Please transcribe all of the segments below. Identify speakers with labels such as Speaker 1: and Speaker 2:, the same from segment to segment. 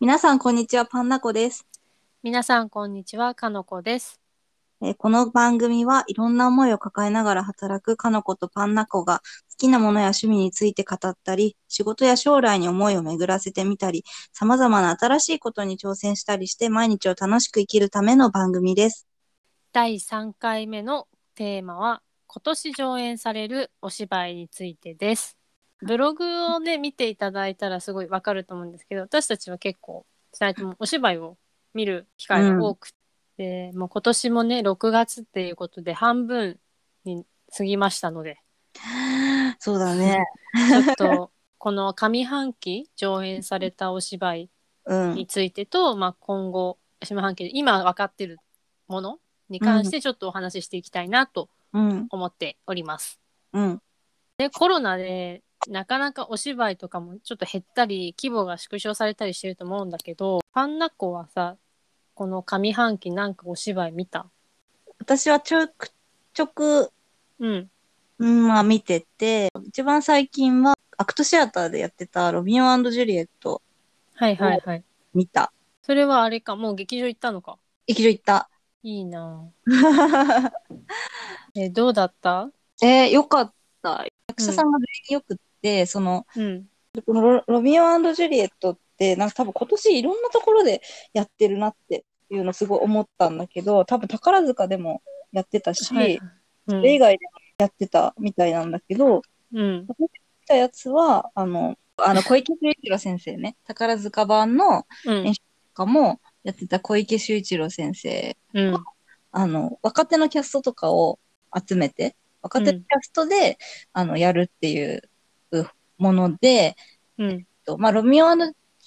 Speaker 1: 皆さん、こんにちは。パンナコです。
Speaker 2: 皆さんこんにちはかのこです
Speaker 1: えーこの番組はいろんな思いを抱えながら働くかのことパンナコが好きなものや趣味について語ったり、仕事や将来に思いを巡らせてみたり、様々な新しいことに挑戦したりして毎日を楽しく生きるための番組です。
Speaker 2: 第3回目のテーマは今年上演されるお芝居についてですブログをね見ていただいたらすごいわかると思うんですけど私たちは結構2人ともお芝居を見る機会が多くて、もう今年もね6月っていうことで半分に過ぎましたので
Speaker 1: そうだね。
Speaker 2: ちょっとこの上半期上演されたお芝居
Speaker 1: うん
Speaker 2: に。ついてと、まあ、今後下半期で今分かってるものに関してちょっとお話ししていきたいなと
Speaker 1: うん。
Speaker 2: 思っております。
Speaker 1: うん。
Speaker 2: でコロナでなかなかお芝居とかもちょっと減ったり規模が縮小されたりしてると思うんだけどパンナコはさこの上半期なんかお芝居見た
Speaker 1: 私はちょくちょく、
Speaker 2: うん。
Speaker 1: うん、まあ見てて、一番最近はアクトシアターでやってたロミオジュリエット
Speaker 2: はいはいはい。
Speaker 1: 見た。
Speaker 2: それはあれかもう劇場行ったのか。
Speaker 1: 劇場行 った。
Speaker 2: いいなぁえどうだった
Speaker 1: えー、よかった。役者さんが全員よくって、その、
Speaker 2: うん。
Speaker 1: このロロミオジュリエットって、なんか多分今年いろんなところでやってるなっていうのすごい思ったんだけど、多分宝塚でもやってたし、
Speaker 2: はいう
Speaker 1: それ以
Speaker 2: ん。
Speaker 1: 外でもやってたみたいなんだけど、
Speaker 2: うん。
Speaker 1: 見たやつは、あの、あの小池秀一郎先生ね、宝塚版の
Speaker 2: うん。
Speaker 1: とかもやってた小池秀一郎先生、
Speaker 2: うん。
Speaker 1: あの、若手のキャストとかを集めて、若手のキャストで、あの、やるっていうもので、
Speaker 2: うん。
Speaker 1: と、まあ、ロミオジ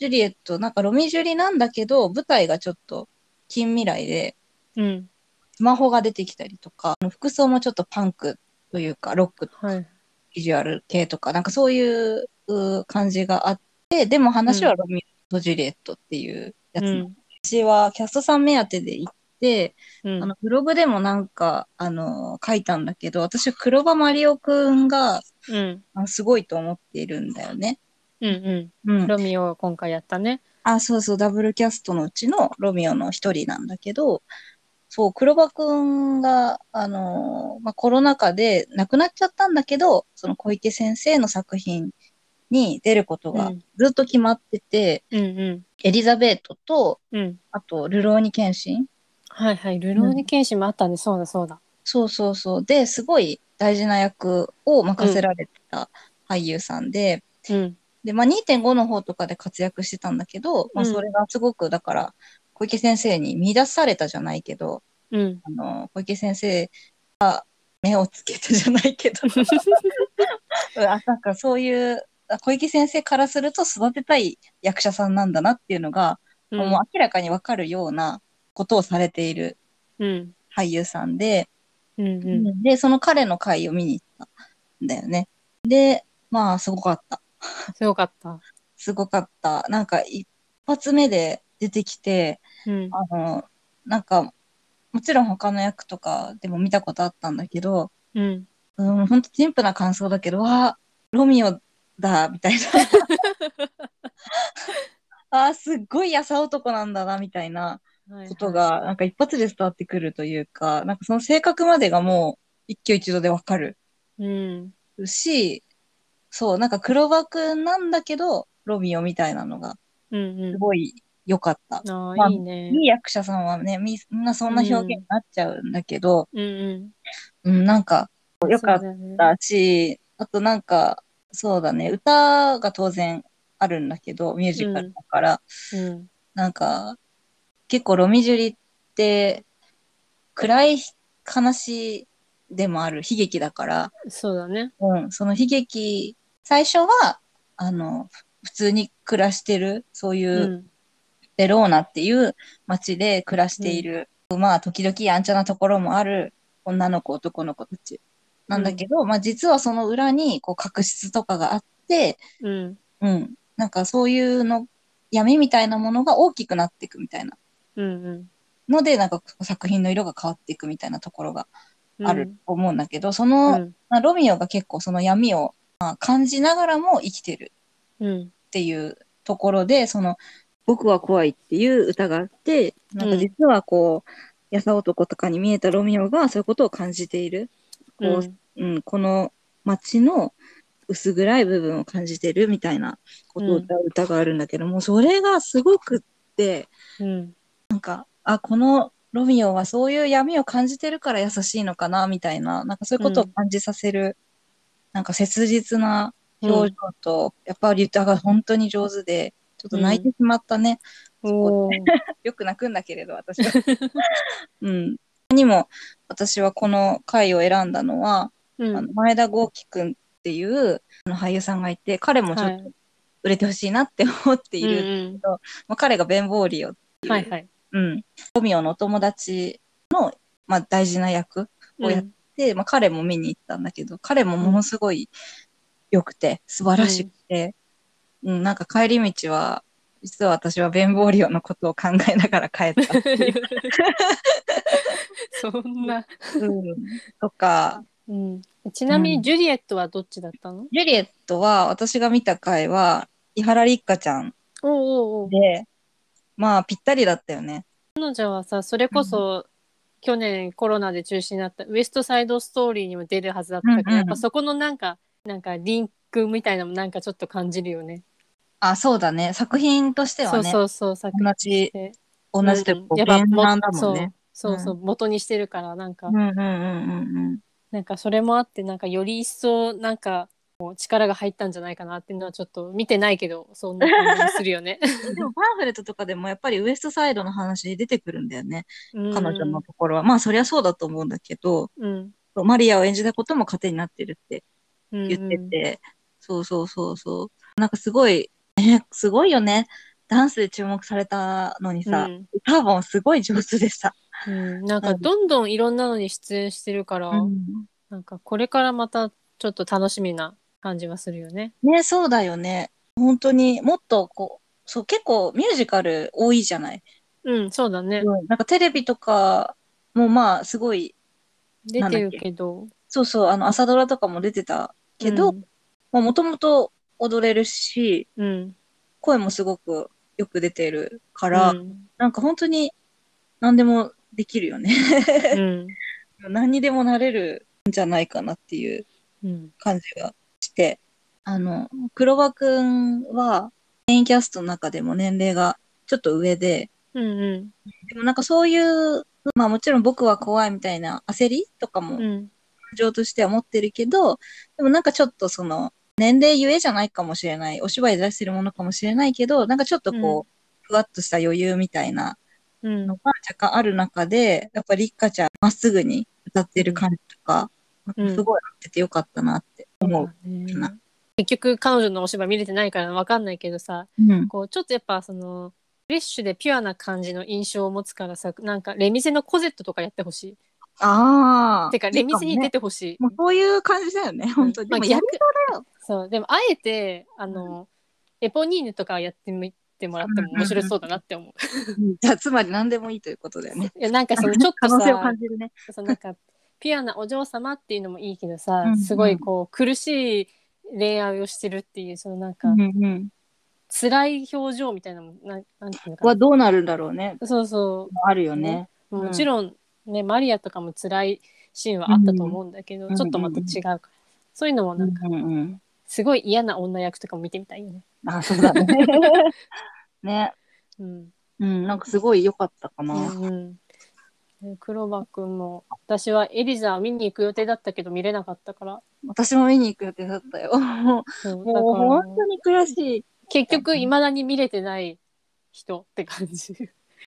Speaker 1: ュリエット、なんかロミジュリなんだけど、舞台がちょっと近未来で、
Speaker 2: うん。
Speaker 1: スマホが出てきたりとか、あの服装もちょっとパンクというか、ロック、
Speaker 2: はい。
Speaker 1: ビジュアル系とか、なんかそういうう感じがあって、でも話はロミオジュリエットっていうやつ、
Speaker 2: うん。
Speaker 1: 私はキャストさん目当てで行って、
Speaker 2: うん
Speaker 1: あのブログでもなんか、あの書いたんだけど、私は黒羽マリオくんが
Speaker 2: うん。
Speaker 1: あすごいと思っているんだよね。
Speaker 2: うん。
Speaker 1: うん
Speaker 2: うん。ロミオが今回やったね。
Speaker 1: あ、そうそう、ダブルキャストのうちのロミオの一人なんだけど、そう、黒羽くんが、あのーまあ、コロナ禍で亡くなっちゃったんだけど、その小池先生の作品に出ること
Speaker 2: う
Speaker 1: が
Speaker 2: ん。
Speaker 1: ずっと決まってて、
Speaker 2: うん。うん
Speaker 1: エリザベートと、。
Speaker 2: うん
Speaker 1: あと、ルローニケンシン
Speaker 2: はいはい。ルローニケンシンもあったね。そうだそうだ。
Speaker 1: そうそうそう。で、すごい大事な役を任せられてた俳優さんで、
Speaker 2: うん。
Speaker 1: で、まあ、2.5の方とかで活躍してたんだけど、まあ、
Speaker 2: うん
Speaker 1: それがすごく、だから、小池先生に見出されたじゃないけど、
Speaker 2: うん。
Speaker 1: あの、小池先生が目をつけたじゃないけど、 うんあなんかそういう、あ小池先生からすると育てたい役者さんなんだなっていうのが、
Speaker 2: うん
Speaker 1: もう明らかにわかるようなことをされている
Speaker 2: うん。
Speaker 1: 俳優さんで、
Speaker 2: うん。うん。
Speaker 1: で、その彼の回を見に行ったんだよね。で、まあ、すごかった。
Speaker 2: すごかった。
Speaker 1: すごかった。なんか一発目で出てきて、
Speaker 2: うん。
Speaker 1: あの、なんか、もちろん他の役とかでも見たことあったんだけど、
Speaker 2: うん。
Speaker 1: うん、ほんと陳腐な感想だけど、わあ、ロミオだ、みた いな。あーすっごい優男なんだな、みたいな
Speaker 2: はいはい
Speaker 1: こと。が、なんか一発で伝わってくるというか、なんかその性格までがもう一挙一動でわかる
Speaker 2: うん。
Speaker 1: し、そう、なんか黒羽くんなんだけど、ロミオみたいなのが、
Speaker 2: うん。
Speaker 1: す
Speaker 2: う
Speaker 1: ごい良かった。
Speaker 2: ん。あ
Speaker 1: まあ
Speaker 2: あ、いいね。
Speaker 1: いい役者さんはね、みみんなそんな表現になっちゃうんだけど、
Speaker 2: うんうん。
Speaker 1: うん、なんか、良かっ
Speaker 2: そうだよね。
Speaker 1: たし、あとなんか、そうだね、歌が当然あるんだけど、ミュージカルだから、
Speaker 2: うん。
Speaker 1: なんか、結構ロミジュリって、暗い話でもある悲劇だから、
Speaker 2: そうだね。
Speaker 1: うん、その悲劇、最初は、あの、普通に暮らしてる、そういうう、
Speaker 2: ん。
Speaker 1: ベローナっていう町で暮らしている、まあ時々やんちゃなところもある女の子男の子たちなんだけど、まあ実はその裏にこう確執とかがあって、
Speaker 2: うん。
Speaker 1: うん、なんかそういうの闇みたいなものが大きくなっていくみたいな
Speaker 2: うん。うん
Speaker 1: のでなんか作品の色が変わっていくみたいなところが
Speaker 2: うん。
Speaker 1: あると思うんだけど、そうの、
Speaker 2: ん。
Speaker 1: まあ、ロミオが結構その闇を、まあ、感じながらも生きてる
Speaker 2: うん。
Speaker 1: っていうところで、その、僕は怖いっていう歌があって、なんか実はこう、やさ男とかに見えたロミオがそういうことを感じている。こう、
Speaker 2: うん
Speaker 1: うん、この街の薄暗い部分を感じてるみたいなことを歌う歌があるんだけど、もうそれがすごくって
Speaker 2: うん。
Speaker 1: あこのロミオはそういう闇を感じてるから優しいのかなみたいななんかそういうことを感じさせる、なんか切実な表情と、やっぱり歌が本当に上手でちょっと泣いてしまったね、
Speaker 2: おー
Speaker 1: よく泣くんだけれど私は。 うん、にも私はこの回を選んだのは、
Speaker 2: う ん
Speaker 1: あの前田豪輝くんっていうあの俳優さんがいて彼もちょ
Speaker 2: は
Speaker 1: っと
Speaker 2: い
Speaker 1: 売れてほしいなって思っている、
Speaker 2: うん
Speaker 1: まあ、彼がベン・ボーリオ、
Speaker 2: うんはいはい。
Speaker 1: うん、ロミオのお友達の、まあ、大事な役をやっで、まあ、彼も見に行ったんだけど彼もものすごい良くて素晴らしくて、うんなんか帰り道は実は私はベン・ボーリオのことを考えながら帰ったっていう、
Speaker 2: そんな。
Speaker 1: うん、とか
Speaker 2: うん。ちなみ
Speaker 1: う
Speaker 2: に
Speaker 1: ん
Speaker 2: ジュリエットはどっちだったの？
Speaker 1: ジュリエットは私が見た回は伊原立花ちゃん
Speaker 2: おうおうおう。
Speaker 1: で、まあぴったりだったよね。
Speaker 2: 彼女はさそれこそ、去年コロナで中止になったウエストサイドストーリーにも出るはずだったけど、
Speaker 1: うんうん
Speaker 2: やっぱそこのなんかなんかリンクみたいなのもなんかちょっと感じるよね。
Speaker 1: あ、そうだね。作品としては
Speaker 2: そう
Speaker 1: ね、
Speaker 2: そうそう作
Speaker 1: 同じ、
Speaker 2: 品
Speaker 1: 同じというか、
Speaker 2: うんやっぱ
Speaker 1: ベンなんだもんね。
Speaker 2: そうそう、元にしてるからなんか、
Speaker 1: うんうんうんうんうん。
Speaker 2: なんかそれもあってなんかより一層なんかこう力が入ったんじゃないかなっていうのはちょっと見てないけどそんな感じする よね。
Speaker 1: でもパンフレットとかでもやっぱりウエストサイドの話出てくるんだよね。
Speaker 2: 彼
Speaker 1: 彼女のところは。まあそりゃそうだと思うんだけど、
Speaker 2: うん
Speaker 1: マリアを演じたことも糧になってるって
Speaker 2: うん
Speaker 1: 言ってて、そうそうそうそう。なんかすごい、ね、すごいよね。ダンスで注目されたのにさ、
Speaker 2: うん
Speaker 1: 歌もすごい上手でさ。
Speaker 2: うん、なんかどんどんいろんなのに出演してるから、
Speaker 1: うん
Speaker 2: なんかこれからまたちょっと楽しみな感じはするよね。
Speaker 1: ね、そうだよね。本当にもっとこう、そう、結構ミュージカル多いじゃない。
Speaker 2: うん、そうだね。
Speaker 1: なんかテレビとかもまあすごい、
Speaker 2: 出てるけど。
Speaker 1: そうそう、あの朝ドラとかも出てたけど、
Speaker 2: うん、
Speaker 1: まあもともと踊れるし、
Speaker 2: うん。
Speaker 1: 声もすごくよく出てるか、
Speaker 2: からうん。
Speaker 1: なんか本当に何でもできるよ ね。
Speaker 2: うん
Speaker 1: 何にでもなれるんじゃないかなっていう
Speaker 2: うん。
Speaker 1: 感じがして、あの、黒羽くんは、メインキャストの中でも年齢がちょっと上で、
Speaker 2: うん。
Speaker 1: でもなんかそういう、まあもちろん僕は怖いみたいな焦りとかも
Speaker 2: う
Speaker 1: 感
Speaker 2: ん。
Speaker 1: 情としては持ってるけど、でもなんかちょっとその、年齢ゆえじゃないかもしれない、お芝居出してるものかもしれないけど、なんかちょっとこう、ふわっとした余裕みたいな
Speaker 2: うん
Speaker 1: の。が若干ある中で、やっぱりりっかちゃんまっすぐに歌ってる感じとか、
Speaker 2: うん
Speaker 1: すごい合っててよかったなって思う。
Speaker 2: まあね結局彼女のお芝居見れてないからわかんないけどさ、
Speaker 1: うん。
Speaker 2: こうちょっとやっぱその、フレッシュでピュアな感じの印象を持つからさ、なんかレミゼのコゼットとかやってほしい。
Speaker 1: ああ。
Speaker 2: てかレミゼに
Speaker 1: いいかもね
Speaker 2: 出てほしい。
Speaker 1: もうそういう感じだよね、本当に。
Speaker 2: まあ
Speaker 1: でもや
Speaker 2: 逆
Speaker 1: り
Speaker 2: そうでもあえてあの、エポニーヌとかやってみてもらっても面白そうだなって思う。
Speaker 1: じゃあつまり何でもいいということだよね。
Speaker 2: いやなんかそ のちょっ
Speaker 1: 可
Speaker 2: と
Speaker 1: 能性を感
Speaker 2: さ
Speaker 1: じるね。
Speaker 2: そうなんかピュアなお嬢様っていうのもいいけどさ、
Speaker 1: うんうん
Speaker 2: すごいこう苦しい恋愛をしてるっていうそのなんか、
Speaker 1: うんうん、
Speaker 2: 辛い表情みたいなのもなんなんていうのか
Speaker 1: は
Speaker 2: な
Speaker 1: どうなるんだろうね。
Speaker 2: そうそ
Speaker 1: あるよね。
Speaker 2: う
Speaker 1: うん
Speaker 2: もちろんね、マリアとかも辛いシーンはあったと思うんだけど、
Speaker 1: うん
Speaker 2: ちょっとまた違うから、そういうのも
Speaker 1: う
Speaker 2: なんか
Speaker 1: んうん
Speaker 2: すごい嫌な女役とかも見てみたいよね。
Speaker 1: うん、あ、そう だね。ね。
Speaker 2: うん
Speaker 1: うん、なんかすごい良かったかな。
Speaker 2: うんうん、黒羽くんも私はエリザ見に行く予定だったけど見れなかったから
Speaker 1: 私も見に行く予定だった よ。も
Speaker 2: そう
Speaker 1: う
Speaker 2: だから
Speaker 1: 本当に悔しい。
Speaker 2: 結局いまだに見れてない人って感じ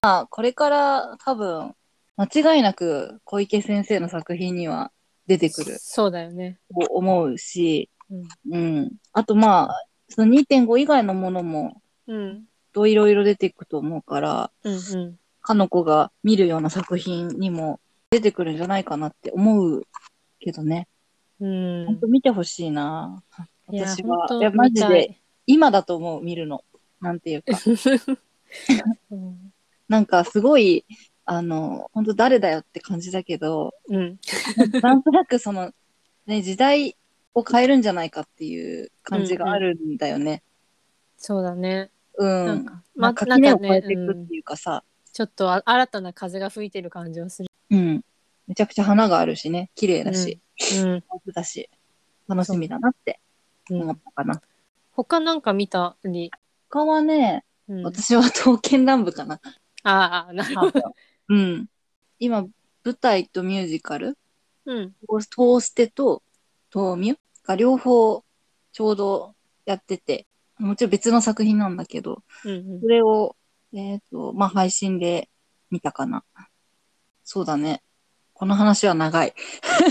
Speaker 1: まあ、これから多分、間違いなく小池先生の作品には出てくる
Speaker 2: そうだよね
Speaker 1: と思うし、
Speaker 2: うん、
Speaker 1: うん。あとまあ、その2.5以外のものも、
Speaker 2: うん
Speaker 1: といろいろ出ていくと思うから、
Speaker 2: うんうん
Speaker 1: かの子が見るような作品にも出てくるんじゃないかなって思うけどね。
Speaker 2: うん
Speaker 1: 本当見てほしいな。
Speaker 2: いや
Speaker 1: 私は。
Speaker 2: 本
Speaker 1: いや、
Speaker 2: 当
Speaker 1: マジ
Speaker 2: 見た
Speaker 1: で
Speaker 2: い、
Speaker 1: 今だと思う、見るの。なんていうか。
Speaker 2: うん
Speaker 1: なんか、すごい、あの、本当誰だよって感じだけど、
Speaker 2: うん
Speaker 1: なんとなくその、ね、時代を変えるんじゃないかっていう感じがあるんだよね。
Speaker 2: そうだね。
Speaker 1: う
Speaker 2: なん
Speaker 1: ん。
Speaker 2: か、
Speaker 1: まあ、
Speaker 2: ま、
Speaker 1: 垣根
Speaker 2: な
Speaker 1: を
Speaker 2: ん
Speaker 1: 越
Speaker 2: か
Speaker 1: えてい
Speaker 2: ね
Speaker 1: く
Speaker 2: うん
Speaker 1: っていうかさ、
Speaker 2: ちょっとあ新たな風が吹いてる感じはする。
Speaker 1: うん。めちゃくちゃ花があるしね、綺麗だし、
Speaker 2: うん。
Speaker 1: 上手だし、楽しみだなって
Speaker 2: う
Speaker 1: 思っ
Speaker 2: ん、
Speaker 1: たかな。
Speaker 2: 他なんか見たり、
Speaker 1: 他はね、
Speaker 2: うん、あ
Speaker 1: 私は刀剣乱舞かな。
Speaker 2: あ、なるほど。
Speaker 1: うん。今、舞台とミュージカル、
Speaker 2: うん。
Speaker 1: トーステとトーミュが両方ちょうどやってて、もちろん別の作品なんだけど、
Speaker 2: うんうん
Speaker 1: それを、えっ、と、まあ、配信で見たかな。そうだね。この話は長い。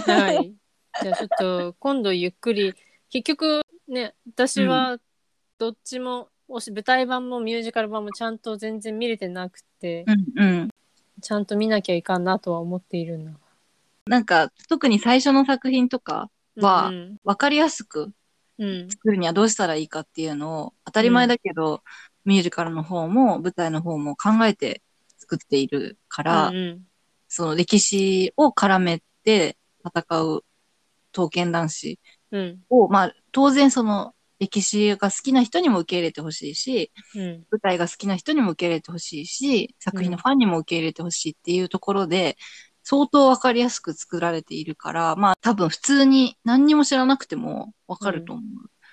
Speaker 2: はい。じゃあちょっと今度ゆっくり結局ね私はどっちも、もし舞台版もミュージカル版もちゃんと全然見れてなくて、
Speaker 1: うんうん。
Speaker 2: ちゃんと見なきゃいかんなとは思っているんだ。
Speaker 1: なんか、特に最初の作品とか、わあ
Speaker 2: うん
Speaker 1: わかりやすく
Speaker 2: うん
Speaker 1: 作るにはどうしたらいいかっていうのを、当たり前だけど、ミュージカルの方も舞台の方も考えて作っているから、
Speaker 2: うんうん
Speaker 1: その歴史を絡めて戦う刀剣男子
Speaker 2: うん
Speaker 1: を、まあ、当然その歴史が好きな人にも受け入れてほしいし、
Speaker 2: うん
Speaker 1: 舞台が好きな人にも受け入れてほしいし、作品のファンにも受け入れてほしいっていうところで、相当わかりやすく作られているから、まあ多分普通に何にも知らなくてもわかると思
Speaker 2: 舞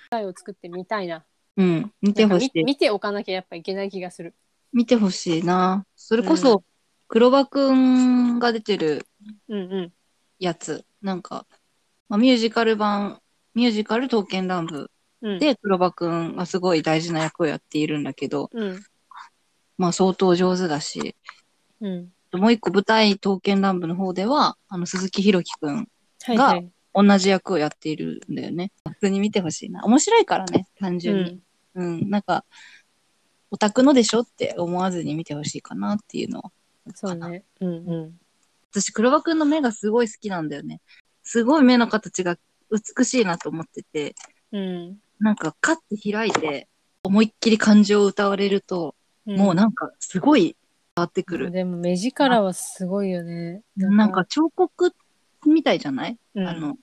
Speaker 2: 台を作ってみたいな
Speaker 1: う。うん、見てほし
Speaker 2: なんかみ
Speaker 1: い。
Speaker 2: 見ておかなきゃやっぱいけない気がする。
Speaker 1: 見てほしいな。それこ
Speaker 2: う
Speaker 1: そ、黒羽くんが出てる
Speaker 2: うんうん
Speaker 1: やつ、なんか、まあ、ミュージカル版、ミュージカル刀剣乱舞
Speaker 2: うん、
Speaker 1: で黒羽くんがすごい大事な役をやっているんだけど、
Speaker 2: うん
Speaker 1: まあ相当上手だし、
Speaker 2: うん、
Speaker 1: もう一個舞台刀剣乱舞の方では、あの、鈴木ひろきくん、
Speaker 2: はいはい、
Speaker 1: 同じ役をやっているんだよね。普通に見てほしいな。面白いからね、単純に。うん、なんか、オタクのでしょって思わずに見てほしいかなっていうのは。
Speaker 2: うん、そうね、うんうん、
Speaker 1: 私、黒羽くんの目がすごい好きなんだよね。すごい目の形が美しいなと思ってて、
Speaker 2: うん
Speaker 1: なんか、カッて開いて、思いっきり感情を歌われると、
Speaker 2: うん、
Speaker 1: もうなんか、すごい、変わってくる。
Speaker 2: でも目力はすごいよね。
Speaker 1: なんか、彫刻みたいじゃない
Speaker 2: うん
Speaker 1: あの、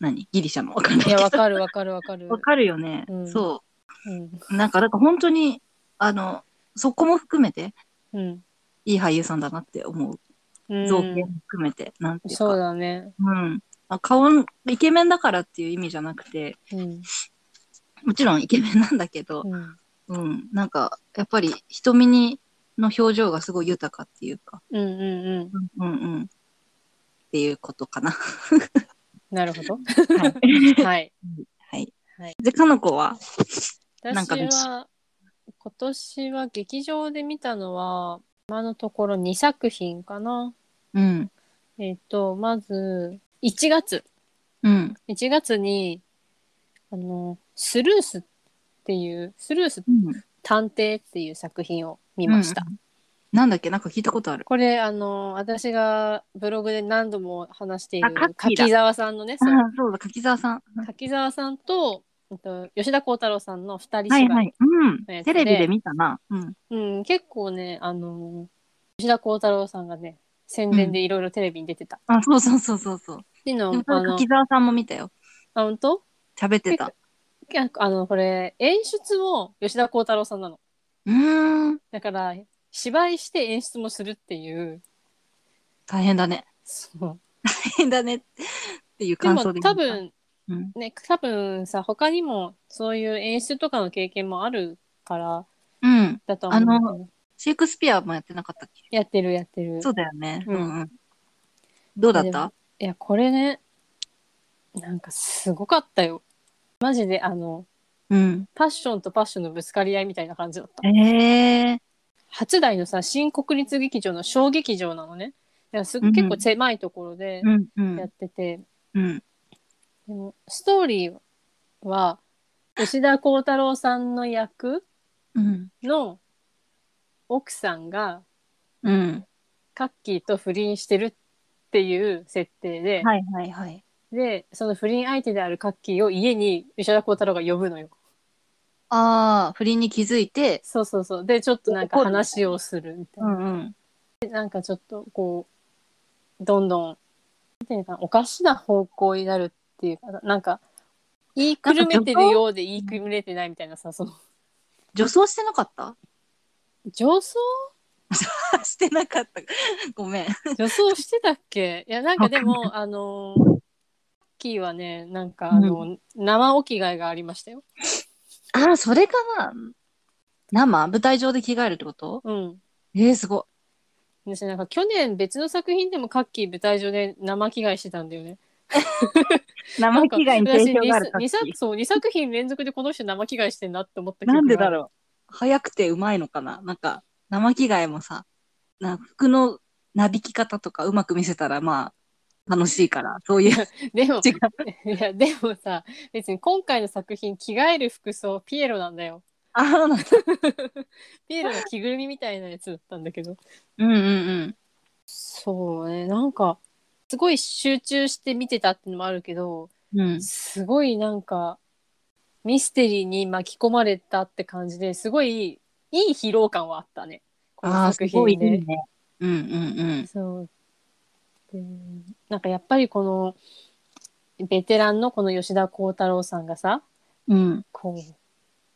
Speaker 1: 何ギリシャのわかんない
Speaker 2: い
Speaker 1: け
Speaker 2: や、
Speaker 1: ど
Speaker 2: わ。かるわかるわかる。
Speaker 1: わかるよね。
Speaker 2: うん
Speaker 1: そ
Speaker 2: うん。
Speaker 1: う。なんか、だから本当に、あの、そこも含めて、
Speaker 2: うん。
Speaker 1: いい俳優さんだなって思う。
Speaker 2: うん
Speaker 1: 造形も含めて、なんていうか。
Speaker 2: そうだね。
Speaker 1: うん。あ顔、イケメンだからっていう意味じゃなくて、
Speaker 2: うん。
Speaker 1: もちろんイケメンなんだけど、
Speaker 2: うん。
Speaker 1: うん。なんか、やっぱり瞳に、の表情がすごい豊かっていうか、
Speaker 2: うんうんう
Speaker 1: う
Speaker 2: ん。
Speaker 1: んうん。っていうことかな。
Speaker 2: なるほど。
Speaker 1: はい。
Speaker 2: はい。
Speaker 1: はい。
Speaker 2: はい
Speaker 1: で、かの子はなんか
Speaker 2: 私
Speaker 1: です
Speaker 2: は、今年は劇場で見たのは、今のところ2作品かな。
Speaker 1: うん。
Speaker 2: えっ、と、まず、1月。
Speaker 1: うん。
Speaker 2: 1月に、あの、スルースっていう、スルース
Speaker 1: うん。
Speaker 2: 探偵っていう作品を見ました。
Speaker 1: なんだっけなんか聞いたことある。
Speaker 2: これあの私がブログで何度も話している
Speaker 1: あカッキーだ
Speaker 2: 柿沢さんのね
Speaker 1: あ
Speaker 2: そう
Speaker 1: あ、そうだ、柿沢さん。
Speaker 2: 柿沢さんとえっと吉田鋼太郎さんの二人芝
Speaker 1: は
Speaker 2: 居、
Speaker 1: いはい。うん。
Speaker 2: のやつ
Speaker 1: テレビで見たな。うん。
Speaker 2: うん、結構ねあの吉田鋼太郎さんがね宣伝でいろいろテレビに出てた、っ
Speaker 1: あ、そうそうそうそうそう。
Speaker 2: ていうの
Speaker 1: で
Speaker 2: を
Speaker 1: もそ
Speaker 2: あ
Speaker 1: れ
Speaker 2: の
Speaker 1: 柿沢さんも見たよ。
Speaker 2: あ本当
Speaker 1: 喋ってた。
Speaker 2: 結構あのこれ演出も吉田鋼太郎さんなの
Speaker 1: うーん。
Speaker 2: だから芝居して演出もするっていう
Speaker 1: 大変だね。
Speaker 2: そう
Speaker 1: 大変だね。っていう
Speaker 2: で
Speaker 1: 感想
Speaker 2: も
Speaker 1: で。
Speaker 2: 多。分
Speaker 1: うん。
Speaker 2: ね多分さ他にもそういう演出とかの経験もあるから
Speaker 1: うん。
Speaker 2: だと思うんだけど
Speaker 1: あシェイクスピアもやってなかったっけ
Speaker 2: やってるやってる。
Speaker 1: そうだよね。
Speaker 2: う
Speaker 1: うんんうん。どうだっ
Speaker 2: でも
Speaker 1: た
Speaker 2: いやこれねなんかすごかったよ。マジであの
Speaker 1: うん。
Speaker 2: パッションとパッションのぶつかり合いみたいな感じだった。
Speaker 1: ええ。
Speaker 2: 初代のさ新国立劇場の小劇場なのね。だからす
Speaker 1: うんうん
Speaker 2: 結構狭いところで
Speaker 1: うんう
Speaker 2: やっ
Speaker 1: ん。
Speaker 2: てて、
Speaker 1: うん。
Speaker 2: でもストーリーは吉田鋼太郎さんの役
Speaker 1: うん。
Speaker 2: の奥さんが
Speaker 1: うん。
Speaker 2: カッキーと不倫してるっていう設定で、
Speaker 1: はいはいはい。
Speaker 2: で、その不倫相手であるカッキーを家に吉田鋼太郎が呼ぶのよ。
Speaker 1: ああ、不倫に気づいて、
Speaker 2: そうそうそう。で、ちょっとなんか
Speaker 1: 怒る
Speaker 2: 話をするみたいうな。
Speaker 1: んうん。
Speaker 2: でなんかちょっとこう、どんどん、なんていうのかな、おかしな方向になるっていうか、なんか、言いくるめてるようで言いくるめてないみたいなさ、その、
Speaker 1: 女装してなかった
Speaker 2: 女装
Speaker 1: してなかった。ごめん。
Speaker 2: 女装してたっけいやなんかで
Speaker 1: わ
Speaker 2: もあのーキーはねなんかあの、生お着替えがありましたよ。
Speaker 1: ああ、それかな生舞台上で着替えるってこと
Speaker 2: うん
Speaker 1: えー、すご
Speaker 2: 私なんか去年別の作品でもカッキー舞台上で生着替えしてたんだよね。
Speaker 1: い。生着替えに定評がある
Speaker 2: 私二作そう2作品連続でこの人生着替えしてんなって思った
Speaker 1: なんでだ
Speaker 2: う
Speaker 1: ろう。早くてうまいのかななんか、生着替えもさ、な服のなびき方とかうまく見せたら、まあ、楽しいから、そう いう
Speaker 2: でも
Speaker 1: 違う。
Speaker 2: いやでもさ別に今回の作品着替える服装ピエロなんだよ
Speaker 1: ああ、なんだ
Speaker 2: ピエロの着ぐるみみたいなやつだったんだけど
Speaker 1: うんうんうん。
Speaker 2: そうねなんかすごい集中して見てたっていうのもあるけど
Speaker 1: うん、
Speaker 2: すごいなんかミステリーに巻き込まれたって感じですごいいい疲労感はあったねこ
Speaker 1: あ
Speaker 2: の
Speaker 1: あ、す
Speaker 2: 作
Speaker 1: ごいい
Speaker 2: 品
Speaker 1: い
Speaker 2: で。
Speaker 1: ね。うんうん
Speaker 2: そう。でなんかやっぱりこのベテランのこの吉田鋼太郎さんがさ
Speaker 1: うん。うん。
Speaker 2: こう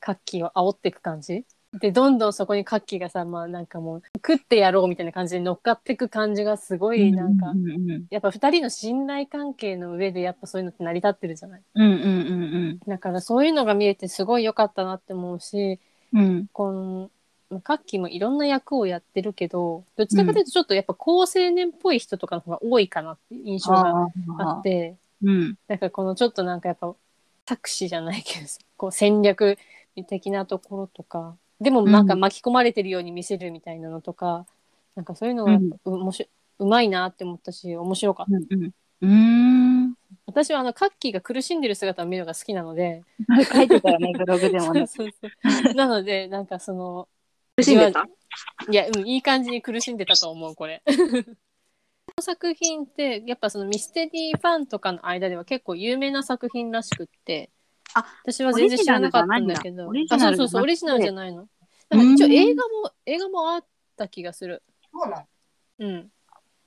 Speaker 2: カッキーを煽っていく感じでどんどんそこにカッキーがさまあなんかもう食ってやろうみたいな感じで乗っかっていく感じがすごいなんか、
Speaker 1: うんうんうん
Speaker 2: やっぱ2人の信頼関係の上でやっぱそういうのって成り立ってるじゃない
Speaker 1: うんうん
Speaker 2: だからそういうのが見えてすごい良かったなって思うし
Speaker 1: うんうん。
Speaker 2: このまあカッキーもいろんな役をやってるけどどちらかというとちょっとやっぱ高青年っぽい人とかの方が多いかなっていう印象が
Speaker 1: あ
Speaker 2: あっ
Speaker 1: あ。
Speaker 2: て
Speaker 1: うん。
Speaker 2: なんかこのちょっとなんかやっぱ作詞じゃないけど さこう戦略的なところとかでもなんか
Speaker 1: うん
Speaker 2: 巻き込まれてるように見せるみたいなのとか、なんかそういうのがやっぱう,、もしうまいなって思ったし面白かった
Speaker 1: うんうん。うーん。
Speaker 2: 私はあのカッキーが苦しんでる姿を見るのが好きなので
Speaker 1: 書いてたよね、ブログでもね。
Speaker 2: そうそうそうなのでなんかその
Speaker 1: 苦しんでた
Speaker 2: いや、うん、いい感じに苦しんでたと思うこれ。この作品ってやっぱそのミステリーファンとかの間では結構有名な作品らしくって
Speaker 1: あ
Speaker 2: 私は全然知らなかったんだけど
Speaker 1: オリジナル
Speaker 2: あ
Speaker 1: じゃなくて
Speaker 2: そうそうそうオリジナルじゃないの
Speaker 1: う
Speaker 2: なんんか一応映画も映画もあった気がする
Speaker 1: そうなの
Speaker 2: うん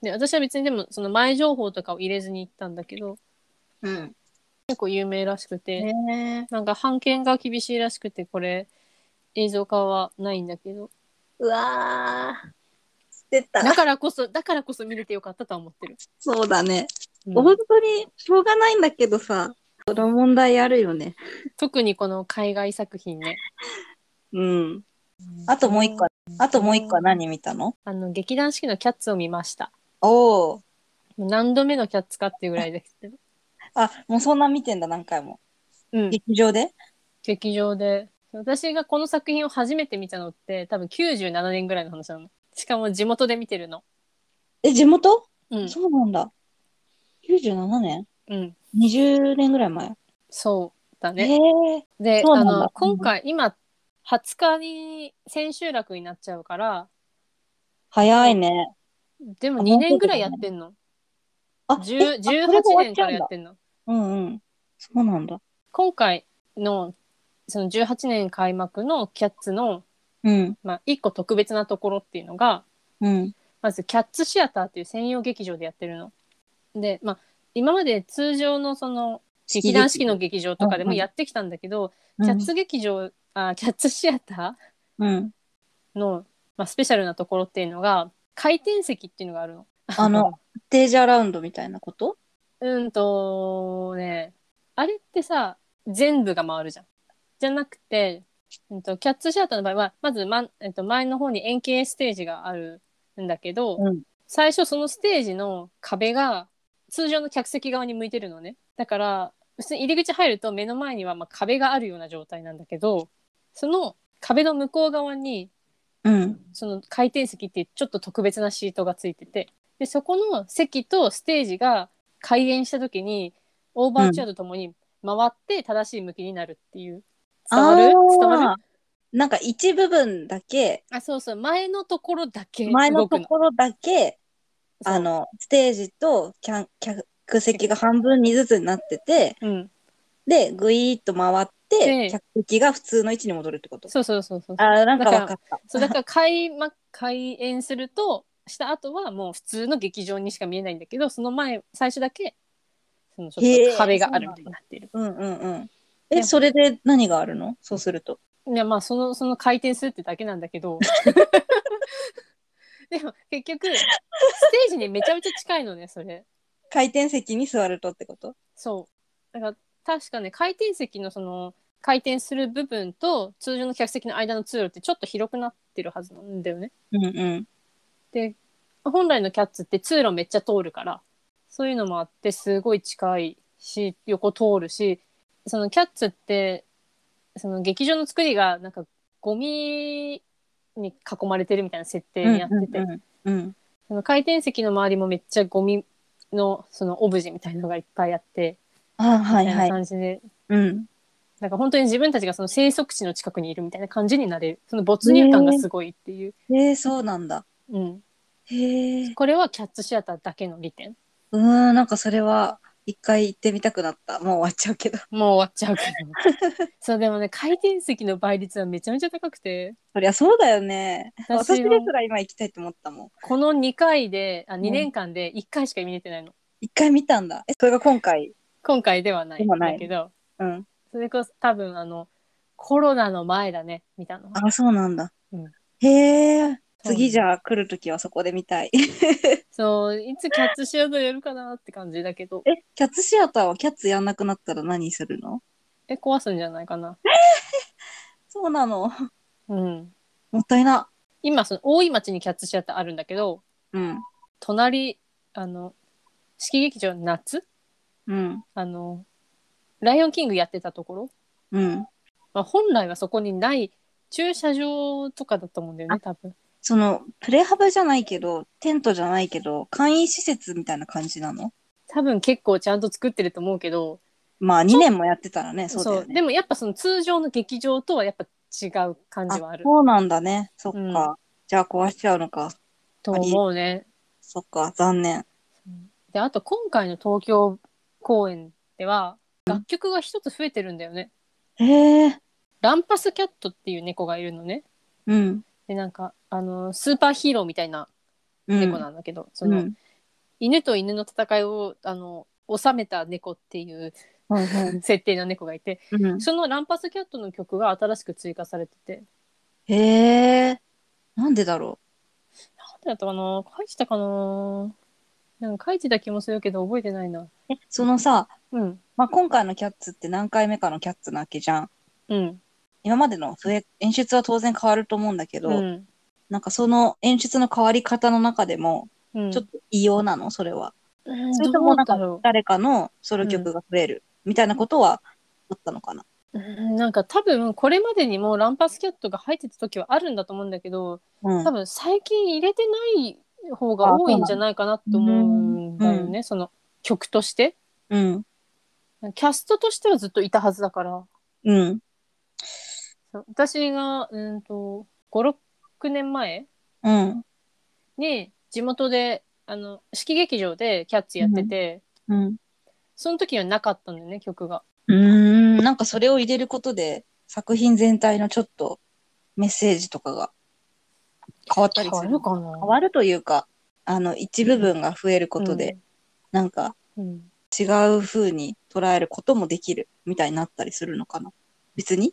Speaker 2: で私は別にでもその前情報とかを入れずに行ったんだけど
Speaker 1: うん。
Speaker 2: 結構有名らしくて、
Speaker 1: ね
Speaker 2: なんか判権が厳しいらしくてこれ映像化はないんだけど
Speaker 1: うわー。してた
Speaker 2: だからこそだからこそ見れてよかったとは思ってる、
Speaker 1: そうだね。
Speaker 2: うん
Speaker 1: 本当にしょうがないんだけどさ、その問題あるよね。
Speaker 2: 特にこの海外作品ね。
Speaker 1: うん。あともう一個、あともう一個は何見たの
Speaker 2: あの劇団四季のキャッツを見ました。
Speaker 1: おお。
Speaker 2: もう何度目のキャッツかっていうぐらいですけど。
Speaker 1: あ、もうそんな見てんだ、何回も。
Speaker 2: うん、
Speaker 1: 劇場で
Speaker 2: 劇場で。私がこの作品を初めて見たのって多分97年ぐらいの話なの。しかも地元で見てるの。
Speaker 1: え、地元
Speaker 2: うん。
Speaker 1: そうなんだ。97年
Speaker 2: うん、
Speaker 1: ?20 年ぐらい前。
Speaker 2: そうだ
Speaker 1: え
Speaker 2: ね。
Speaker 1: ー
Speaker 2: で、
Speaker 1: そうな
Speaker 2: あ
Speaker 1: んだ
Speaker 2: の、今回、今、20日に千秋楽になっちゃうから、
Speaker 1: 早いね。
Speaker 2: でも
Speaker 1: あ
Speaker 2: 2年ぐらいやってんの。
Speaker 1: あ、
Speaker 2: 10
Speaker 1: えあこれ
Speaker 2: 18
Speaker 1: が終わ
Speaker 2: 年
Speaker 1: っちゃ
Speaker 2: から
Speaker 1: うん
Speaker 2: やっ
Speaker 1: だ。
Speaker 2: てんの。
Speaker 1: うんうん。そうなんだ。
Speaker 2: 今回のその18年開幕のキャッツの、
Speaker 1: うん。
Speaker 2: まあ、一個特別なところっていうのが
Speaker 1: うん。
Speaker 2: まずキャッツシアターっていう専用劇場でやってるの。で、まあ、今まで通常のその劇団四季の劇場とかでもやってきたんだけど、
Speaker 1: うん、
Speaker 2: キャッツ劇場あキャッツシアタ
Speaker 1: うん。
Speaker 2: ーの、まあ、スペシャルなところっていうのが回転席っていうのがあるの。
Speaker 1: あの、ステージアラウンドみたいなこと
Speaker 2: うんとねあれってさ全部が回るじゃん。じゃなくて、うん、とキャッツシアターの場合はまず、まえっと、前の方に円形ステージがあるんだけど、
Speaker 1: うん
Speaker 2: 最初そのステージの壁が通常の客席側に向いてるのね。だから普通に入り口入ると目の前にはまあ壁があるような状態なんだけどその壁の向こう側に
Speaker 1: うん。
Speaker 2: その回転席っていうちょっと特別なシートがついててでそこの席とステージが開演した時にオーバーチュアとともに回って正しい向きになるっていう、伝わる
Speaker 1: あー
Speaker 2: 伝わる
Speaker 1: なんか一部分だけ、
Speaker 2: あそうそう前のところだけ動くの
Speaker 1: 前のところだけ、
Speaker 2: そう
Speaker 1: あの、ステージとキャン客席が半分にずつになってて、
Speaker 2: うん、
Speaker 1: で、ぐいーっと回っ
Speaker 2: え
Speaker 1: て、
Speaker 2: え
Speaker 1: 客席が普通の位置に戻るってこと。
Speaker 2: そうそうそうそう
Speaker 1: あーなんかわかった。
Speaker 2: そうだから開,、ま、開演するとした後はもう普通の劇場にしか見えないんだけどその前最初だけそのちょっと壁があるみたいになってる
Speaker 1: うんうんうん。
Speaker 2: で
Speaker 1: え、それで何があるのそうすると。
Speaker 2: うんいやまあそのその回転数ってだけなんだけど でも結局ステージにめちゃめちゃ近いのねそれ
Speaker 1: 回転席に座るとってこと
Speaker 2: そうだから確かね回転席のその回転する部分と通常の客席の間の通路ってちょっと広くなってるはずなんだよね
Speaker 1: うんうん。
Speaker 2: で本来のキャッツって通路めっちゃ通るからそういうのもあってすごい近いし横通るしそのキャッツってその劇場の作りがなんかゴミに囲まれてるみたいな設定になってて、
Speaker 1: うんうんうん。
Speaker 2: その回転席の周りもめっちゃゴミのそのオブジェみたいのがいっぱいあって
Speaker 1: あはい
Speaker 2: みたい
Speaker 1: は。
Speaker 2: ない感じで、
Speaker 1: うん。
Speaker 2: なんか本当に自分たちがその生息地の近くにいるみたいな感じになれるその没入感がすごいっていう、
Speaker 1: えー、そうなんだ。
Speaker 2: うん、
Speaker 1: へえ。
Speaker 2: これはキャッツシアターだけの利点
Speaker 1: うーん、なんかそれは一回行ってみたくなった。もう終わっちゃうけど。
Speaker 2: もう終わっちゃうけどそうでもね回転席の倍率はめちゃめちゃ高くて
Speaker 1: そりゃそうだよね。私
Speaker 2: 私は
Speaker 1: ですら今行きたいと思ったもん。
Speaker 2: この2回であ
Speaker 1: ん
Speaker 2: 2年間で1回しか見れてないの、
Speaker 1: 一回見たんだ。え、それが今回。
Speaker 2: 今回ではないん
Speaker 1: ではない
Speaker 2: だけど
Speaker 1: うん。
Speaker 2: それこそ多分あのコロナの前だね見たのは
Speaker 1: あ、そうなんだ。
Speaker 2: うん
Speaker 1: へえ。次じ
Speaker 2: ゃ
Speaker 1: ゃあ来るときはそこで見たい。
Speaker 2: そういつキャッツシアターやるかなって感じだけど
Speaker 1: え、 キャッツシアターはキャッツやんなくなったら何するの
Speaker 2: え壊すんじゃないかな
Speaker 1: そうなの。
Speaker 2: うん
Speaker 1: もったいな。
Speaker 2: 今その大井町にキャッツシアターあるんだけど
Speaker 1: うん。
Speaker 2: 隣あの四季劇場の夏
Speaker 1: うん。
Speaker 2: あのライオンキングやってたところ
Speaker 1: うん。
Speaker 2: まあ、本来はそこにない駐車場とかだと思うんだよね多分
Speaker 1: その、プレハブじゃないけど、テントじゃないけど、簡易施設みたいな感じなの
Speaker 2: 多分結構ちゃんと作ってると思うけど
Speaker 1: まあ、2年もやってたらね、そうだよ
Speaker 2: で
Speaker 1: ね。
Speaker 2: もやっぱその通常の劇場とはやっぱ違う感じはあ
Speaker 1: あ
Speaker 2: る
Speaker 1: そうなんだね。そっか。
Speaker 2: うん
Speaker 1: じゃあ壊しちゃうのか。
Speaker 2: と思うね。
Speaker 1: そっか、残念。
Speaker 2: であと今回の東京公演では
Speaker 1: うん
Speaker 2: 楽曲が一つ増えてるんだよね。
Speaker 1: へえ。
Speaker 2: ランパスキャットっていう猫がいるのね。
Speaker 1: うん。
Speaker 2: でなんかあのスーパーヒーローみたいな
Speaker 1: うん
Speaker 2: 猫なんだけど、そ
Speaker 1: うん
Speaker 2: の犬と犬の戦いをあの収めた猫っていう
Speaker 1: はいはい
Speaker 2: 設定の猫がいて
Speaker 1: うん
Speaker 2: そのランパスキャットの曲が新しく追加されてて、
Speaker 1: へえ。なんでだろ
Speaker 2: なんでだったかな書いてたかななんか書いてた気もするけど覚えてないな。
Speaker 1: う。え、そのさ、
Speaker 2: うん。
Speaker 1: まあ、今回のキャッツって何回目かのキャッツなわけじゃん。
Speaker 2: うん。
Speaker 1: 今までの笛演出は当然変わると思うんだけど、
Speaker 2: うん。
Speaker 1: なんかその演出の変わり方の中でも、
Speaker 2: うん、
Speaker 1: ちょっと異様なの、それは。
Speaker 2: うん
Speaker 1: それと
Speaker 2: ど
Speaker 1: も
Speaker 2: う
Speaker 1: なん
Speaker 2: だ
Speaker 1: か
Speaker 2: ろ
Speaker 1: 誰かのソロ曲が増える、みたいなことはあったのかな。
Speaker 2: う。うんなんか多分これまでにもランパスキャットが入ってた時はあるんだと思うんだけど
Speaker 1: うん
Speaker 2: 多分最近入れてない方が多いんじゃないかなと思うんだよね、その曲として。
Speaker 1: うん。
Speaker 2: キャストとしてはずっといたはずだから。
Speaker 1: うん。
Speaker 2: そう私がうんと56年前
Speaker 1: うん。
Speaker 2: に地元であの式劇場でキャッチやってて、
Speaker 1: うん。
Speaker 2: その時はなかったんだよね曲が。
Speaker 1: うーん。なんかそれを入れることで、作品全体のちょっとメッセージとかが変わったりする。
Speaker 2: かな
Speaker 1: 変わるというか、あの、一部分が増えることで、、なんか
Speaker 2: うんうん
Speaker 1: 違う風に捉えることもできるみたいになったりするのかな。別に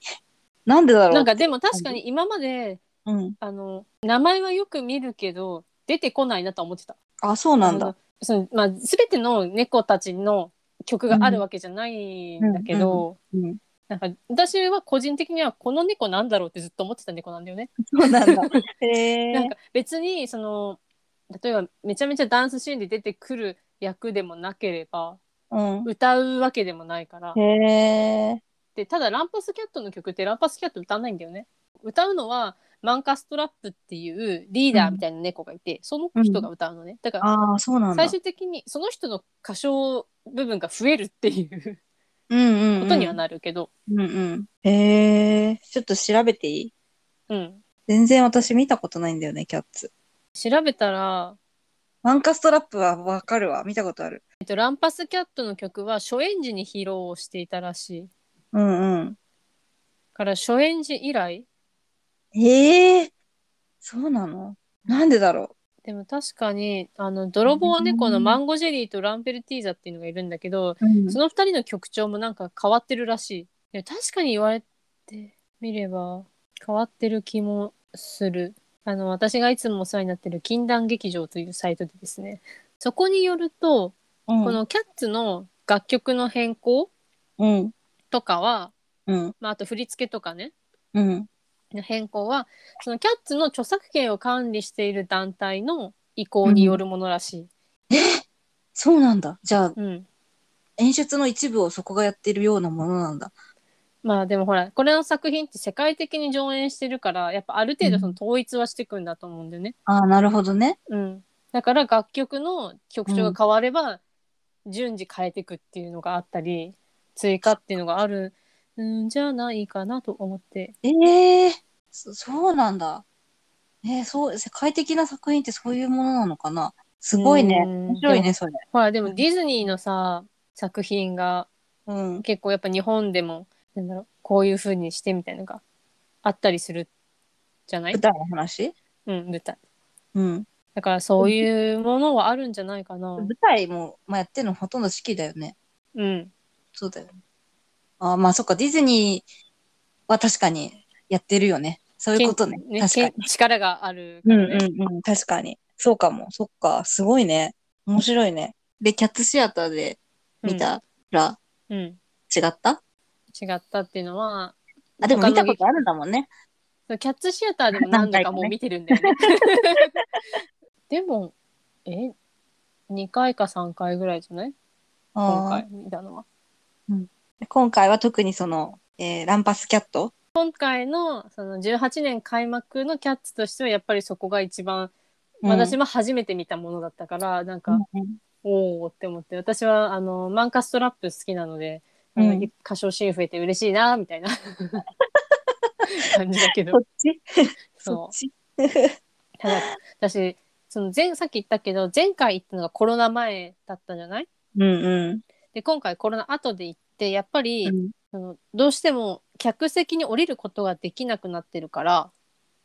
Speaker 1: なんでだろう
Speaker 2: なんかでも確かに今まで
Speaker 1: うん。
Speaker 2: あの名前はよく見るけど出てこないなとは思ってた。
Speaker 1: あ、そうなん
Speaker 2: あ
Speaker 1: だ
Speaker 2: の。そのまあ、全ての猫たちの曲があるわけじゃないんだけど、
Speaker 1: うん。
Speaker 2: なんか私は個人的にはこの猫なんだろうってずっと思ってた猫なんだよね。
Speaker 1: そうなんだ。へえ。
Speaker 2: なんか別にその例えばめちゃめちゃダンスシーンで出てくる役でもなければ
Speaker 1: うん。
Speaker 2: 歌うわけでもないから
Speaker 1: へえ。
Speaker 2: でただランパスキャットの曲ってランパスキャット歌わないんだよね歌うのはマンカストラップっていうリーダーみたいな猫がいて、その人が歌うのねだから
Speaker 1: ああ、そうなんだ。
Speaker 2: 最終的にその人の歌唱部分が増えるっていう
Speaker 1: うんうん、うん。
Speaker 2: ことにはなるけど、
Speaker 1: うんうん。へえ。ちょっと調べていい
Speaker 2: うん
Speaker 1: 全然私見たことないんだよね、キャッツ。
Speaker 2: 調べたら、
Speaker 1: マンカストラップはわかるわ。見たことある。
Speaker 2: えっと、ランパスキャットの曲は初演時に披露をしていたらしい
Speaker 1: うんうん。
Speaker 2: から初演時以来
Speaker 1: へえ。そうなのなんでだろ
Speaker 2: でも確かにあの泥棒猫のマンゴジェリーとランペルティーザっていうのがいるんだけど、
Speaker 1: う。うん
Speaker 2: その二人の曲調もなんか変わってるらしい。でも確かに言われてみれば変わってる気もする。あの、私がいつもお世話になってる禁断劇場というサイトでですね、そこによると、
Speaker 1: うん、
Speaker 2: このキャッツの楽曲の変更
Speaker 1: うん、
Speaker 2: とかは、
Speaker 1: うん、
Speaker 2: まあ、あと振り付けとかね、
Speaker 1: うん、
Speaker 2: の変更は、そのキャッツの著作権を管理している団体の意向によるものらし
Speaker 1: そうなんだ。じゃあ、
Speaker 2: い。うん。
Speaker 1: 演出の一部をそこがやってるようなものなんだ。
Speaker 2: まあでもほら、これの作品って世界的に上演してるから、やっぱある程度その統一はしていくんだと思うんだよね。
Speaker 1: ああ、なるほどね。
Speaker 2: うん。だから楽曲の曲調が変われば、順次変えていくっていうのがあったり、追加っていうのがあるんじゃないかなと思って。
Speaker 1: ええそそうなんだ。えー、そう、世界的な作品ってそういうものなのかな。すごいね。
Speaker 2: うん
Speaker 1: 面白いね、それ。
Speaker 2: ほら、でもディズニーのさ、作品が
Speaker 1: うん。
Speaker 2: 結構やっぱ日本でも、なんだろう、こういう風にしてみたいなのがあったりするじゃない
Speaker 1: 舞台の話
Speaker 2: うん、舞台。
Speaker 1: うん。
Speaker 2: だからそういうものはあるんじゃないかな。
Speaker 1: 舞台も、まあ、やってるのほとんど式だよね。
Speaker 2: うん。
Speaker 1: そうだよね。あーまあ、そっか、ディズニーは確かにやってるよね。そういうことね。
Speaker 2: けん
Speaker 1: 確かに。
Speaker 2: けん力がある
Speaker 1: う
Speaker 2: か
Speaker 1: ん
Speaker 2: らね、
Speaker 1: うんうん、確かに。そうかも。そっか、すごいね。面白いね。で、キャッツシアターで見たら
Speaker 2: うん、
Speaker 1: 違った、
Speaker 2: 違ったっていうのは
Speaker 1: あ、でも
Speaker 2: 他の
Speaker 1: 見たことあるんだもんね。
Speaker 2: キャッツシアターでも何度かもう見てるんだよね でもえ2回か3回ぐらいじゃない
Speaker 1: あ
Speaker 2: 今
Speaker 1: ー
Speaker 2: 回見たのは
Speaker 1: 今回は特にその、えーランパスキャット
Speaker 2: 今回のその18年開幕のキャッツとしてはやっぱりそこが一番私
Speaker 1: も、
Speaker 2: も初めて見たものだったから、なん
Speaker 1: う
Speaker 2: か
Speaker 1: んうん
Speaker 2: おおって思って私はあのマンカストラップ好きなので、あの
Speaker 1: うん
Speaker 2: 歌唱シーン増えて嬉しいなみたい な感じだけ
Speaker 1: そ
Speaker 2: ど
Speaker 1: っちそ
Speaker 2: そ
Speaker 1: っち
Speaker 2: うただ私その前さっき言ったけど前回行ったのがコロナ前だったじゃない
Speaker 1: うんうん
Speaker 2: で今回コロナ後で行ってやっぱり、
Speaker 1: うん。
Speaker 2: そのどうしても客席に降りることができなくなってるから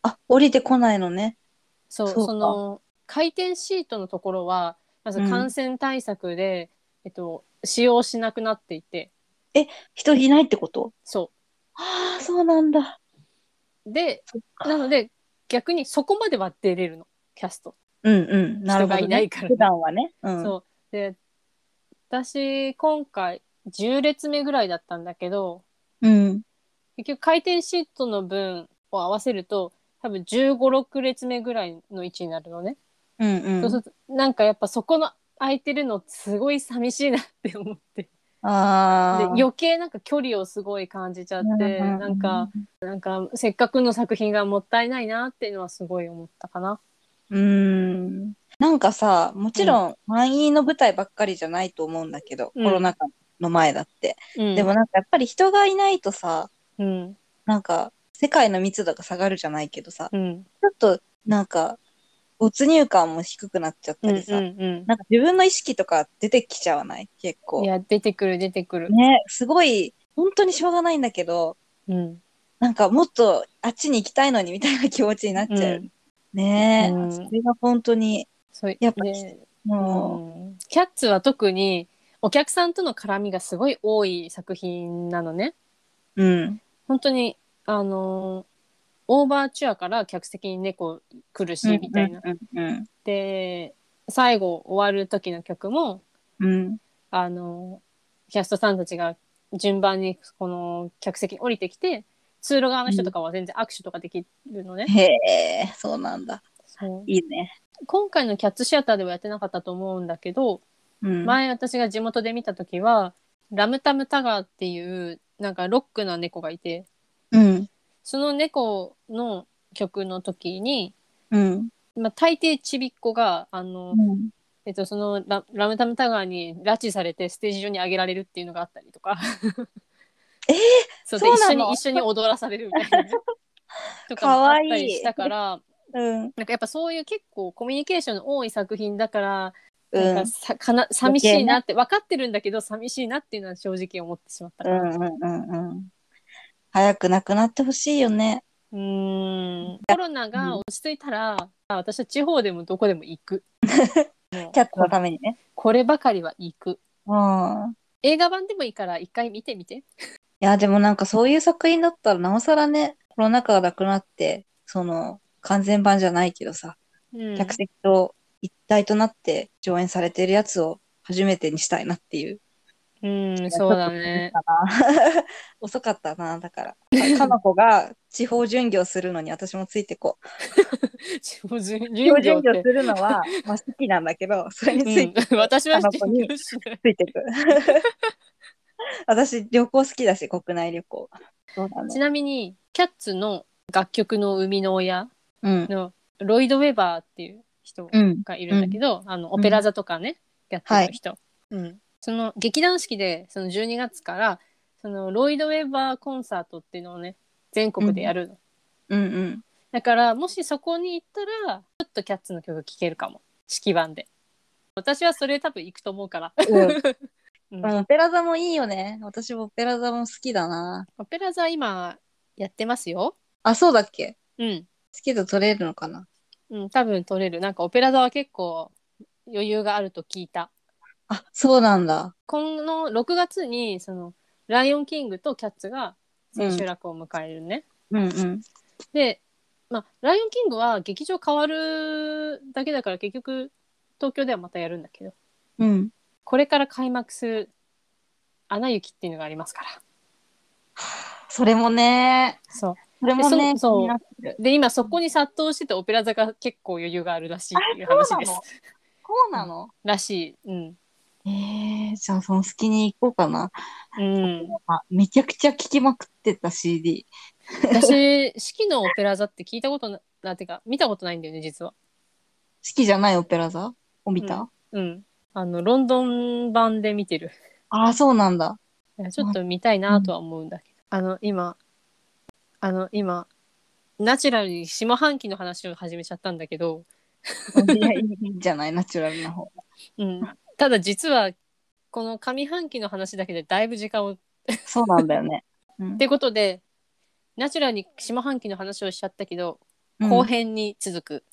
Speaker 1: あ、降りてこないのね。
Speaker 2: そう
Speaker 1: そ
Speaker 2: そう
Speaker 1: か
Speaker 2: の回転シートのところはまず
Speaker 1: うん
Speaker 2: 感染対策で、えっと、使用しなくなっていて
Speaker 1: 人いないってこと
Speaker 2: そう
Speaker 1: ああ、そうなんだ。
Speaker 2: で
Speaker 1: そっか
Speaker 2: なので逆にそこまでは出れるのキャスト、
Speaker 1: うんうん。なるほど、ね。
Speaker 2: 人がいないから
Speaker 1: 普段はね。うん。
Speaker 2: そうで私今回10列目ぐらいだったんだけど
Speaker 1: うん。
Speaker 2: 結局回転シートの分を合わせると多分1 5 6列目ぐらいの位置になるのね、
Speaker 1: うんうん。
Speaker 2: そうするとなんかやっぱそこの空いてるのすごい寂しいなって思ってで
Speaker 1: ああ。
Speaker 2: 余計なんか距離をすごい感じちゃって、
Speaker 1: うう
Speaker 2: なんか、なんかせっかくの作品がもったいないなっていうのはすごい思ったかな。
Speaker 1: うーん。なんかさ、もちろん満員の舞台ばっかりじゃないと思うんだけど、
Speaker 2: うん
Speaker 1: コロナ禍の前だって。
Speaker 2: うん、
Speaker 1: でもなんかやっぱり人がいないとさ、
Speaker 2: うん
Speaker 1: なんか世界の密度が下がるじゃないけどさ、
Speaker 2: うん
Speaker 1: ちょっとなんか没入感も低くなっちゃったりさ、
Speaker 2: うんうん
Speaker 1: なんか自分の意識とか出てきちゃわない結
Speaker 2: うん、い
Speaker 1: 構。
Speaker 2: や出てくる出てくる、
Speaker 1: ね、すごい、本当にしょうがないんだけど、
Speaker 2: うん
Speaker 1: なんかもっとあっちに行きたいのにみたいな気持ちになっちゃうよね。ねえ、
Speaker 2: うん
Speaker 1: それが本当に、
Speaker 2: そう
Speaker 1: やっぱ
Speaker 2: で
Speaker 1: も
Speaker 2: うんキャッツは特にお客さんとの絡みがすごい多い作品なのね
Speaker 1: う、うん、
Speaker 2: 本当にあのーオーバーチュアから客席に猫来るしみたいな、
Speaker 1: うんうん
Speaker 2: で最後終わる時の曲も
Speaker 1: うんうん
Speaker 2: あのーキャストさんたちが順番にこの客席に降りてきて通路側の人とかは全然握手とかできるのね、
Speaker 1: へえそうなんだ
Speaker 2: そう
Speaker 1: いいね、
Speaker 2: 今回のキャッツシアターではやってなかったと思うんだけど、
Speaker 1: うん、
Speaker 2: 前私が地元で見た時はラムタムタガーっていうなんかロックな猫がいて
Speaker 1: うん
Speaker 2: その猫の曲の時に、
Speaker 1: うん
Speaker 2: まあ、大抵ちびっこがあの、
Speaker 1: うん
Speaker 2: えっと、そのララムタムタガーに拉致されてステージ上に上げられるっていうのがあったりとか
Speaker 1: えー
Speaker 2: そう
Speaker 1: そう
Speaker 2: で一
Speaker 1: な
Speaker 2: 緒
Speaker 1: の
Speaker 2: に一緒に踊らされるみ たいなとかもあったりしたから
Speaker 1: うん
Speaker 2: なんかやっぱそういう結構コミュニケーションの多い作品だから
Speaker 1: うん
Speaker 2: なんかさかな寂しいなって分かってるんだけど寂しいなっていうのは正直思ってしまった
Speaker 1: う
Speaker 2: から
Speaker 1: んうんうん早くなくなってほしいよね
Speaker 2: うーんコロナが落ち着いたら、あ私は地方でもどこでも行くもう
Speaker 1: キャットの
Speaker 2: こ
Speaker 1: ためにね
Speaker 2: こればかりは行く
Speaker 1: うん
Speaker 2: 映画版でもいいから一回見てみて
Speaker 1: いやでもなんかそういう作品だったらなおさらねコロナ禍がなくなって、その、完全版じゃないけどさ、
Speaker 2: うん
Speaker 1: 客席と一体となって上演されてるやつを初めてにしたいなっていう。
Speaker 2: うん、そうだね。
Speaker 1: 遅かったな、だから。かの子が地方巡業するのに私もついてこう。
Speaker 2: 地方巡
Speaker 1: 地方巡
Speaker 2: 業
Speaker 1: 業
Speaker 2: って
Speaker 1: す。るのは、まあ、好きなんだけど、それについて、
Speaker 2: うん、 私は
Speaker 1: あの
Speaker 2: して
Speaker 1: 子に
Speaker 2: るしない。
Speaker 1: ついてく。 私、旅行好きだし、国内旅行。そうだ
Speaker 2: ち
Speaker 1: ね。
Speaker 2: なみに、キャッツの楽曲の生みの親
Speaker 1: うん。
Speaker 2: のロイド・ウェバーっていう人
Speaker 1: うん。
Speaker 2: がいるんだけど、あの、オペラ座とかね、やってる人。うん。その劇団四季で、その12月から、そのロイド・ウェバーコンサートっていうのをね、全国でやるの。
Speaker 1: うんうん。
Speaker 2: だから、もしそこに行ったら、ちょっとキャッツの曲聴けるかも。式版で。私はそれ多分行くと思うから。
Speaker 1: うん
Speaker 2: うん
Speaker 1: でもオペラ座もいいよね。私もオペラ座も好きだな。
Speaker 2: オペラ座今やってますよ。
Speaker 1: あ、そうだっけ
Speaker 2: うん。
Speaker 1: 好きと取れるのかな
Speaker 2: うん、多分取れる。なんかオペラ座は結構余裕があると聞いた。
Speaker 1: あ、そうなんだ。
Speaker 2: 今の6月に、その、ライオンキングとキャッツが千秋楽を迎えるね。
Speaker 1: うんうん。
Speaker 2: で、まあ、ライオンキングは劇場変わるだけだから結局東京ではまたやるんだけど、
Speaker 1: うん。
Speaker 2: これから開幕するアナ雪っていうのがありますから。
Speaker 1: それもね、
Speaker 2: そ
Speaker 1: それもね、
Speaker 2: えそうそう
Speaker 1: 気になってる
Speaker 2: う。で、今そこに殺到しててオペラ座が結構余裕があるらしいっていう話
Speaker 1: あそう
Speaker 2: で
Speaker 1: なの。
Speaker 2: す
Speaker 1: そうなの、
Speaker 2: らしい。うん。
Speaker 1: えー、じゃあその好きに行こうかな。
Speaker 2: うん。
Speaker 1: あめちゃくちゃ聴きまくってた CD。
Speaker 2: 私、四季のオペラ座って聞いたことな、なてか、見たことないんだよね、実は。
Speaker 1: 好きじゃないオペラ座を見た、
Speaker 2: うんうん。あの、ロンドン版で見てる。
Speaker 1: ああ、そうなんだ。
Speaker 2: いやちょっと見たいなとは思うんだけど。あの、今、あの、今、ナチュラルに下半期の話を始めちゃったんだけど、
Speaker 1: いや、いいんじゃないナチュラルな方。
Speaker 2: うん。ただ実は、この上半期の話だけでだいぶ時間を、っ
Speaker 1: そうなんだよね。うん
Speaker 2: てことで、ナチュラルに下半期の話をしちゃったけど、
Speaker 1: うん
Speaker 2: 後編に続く。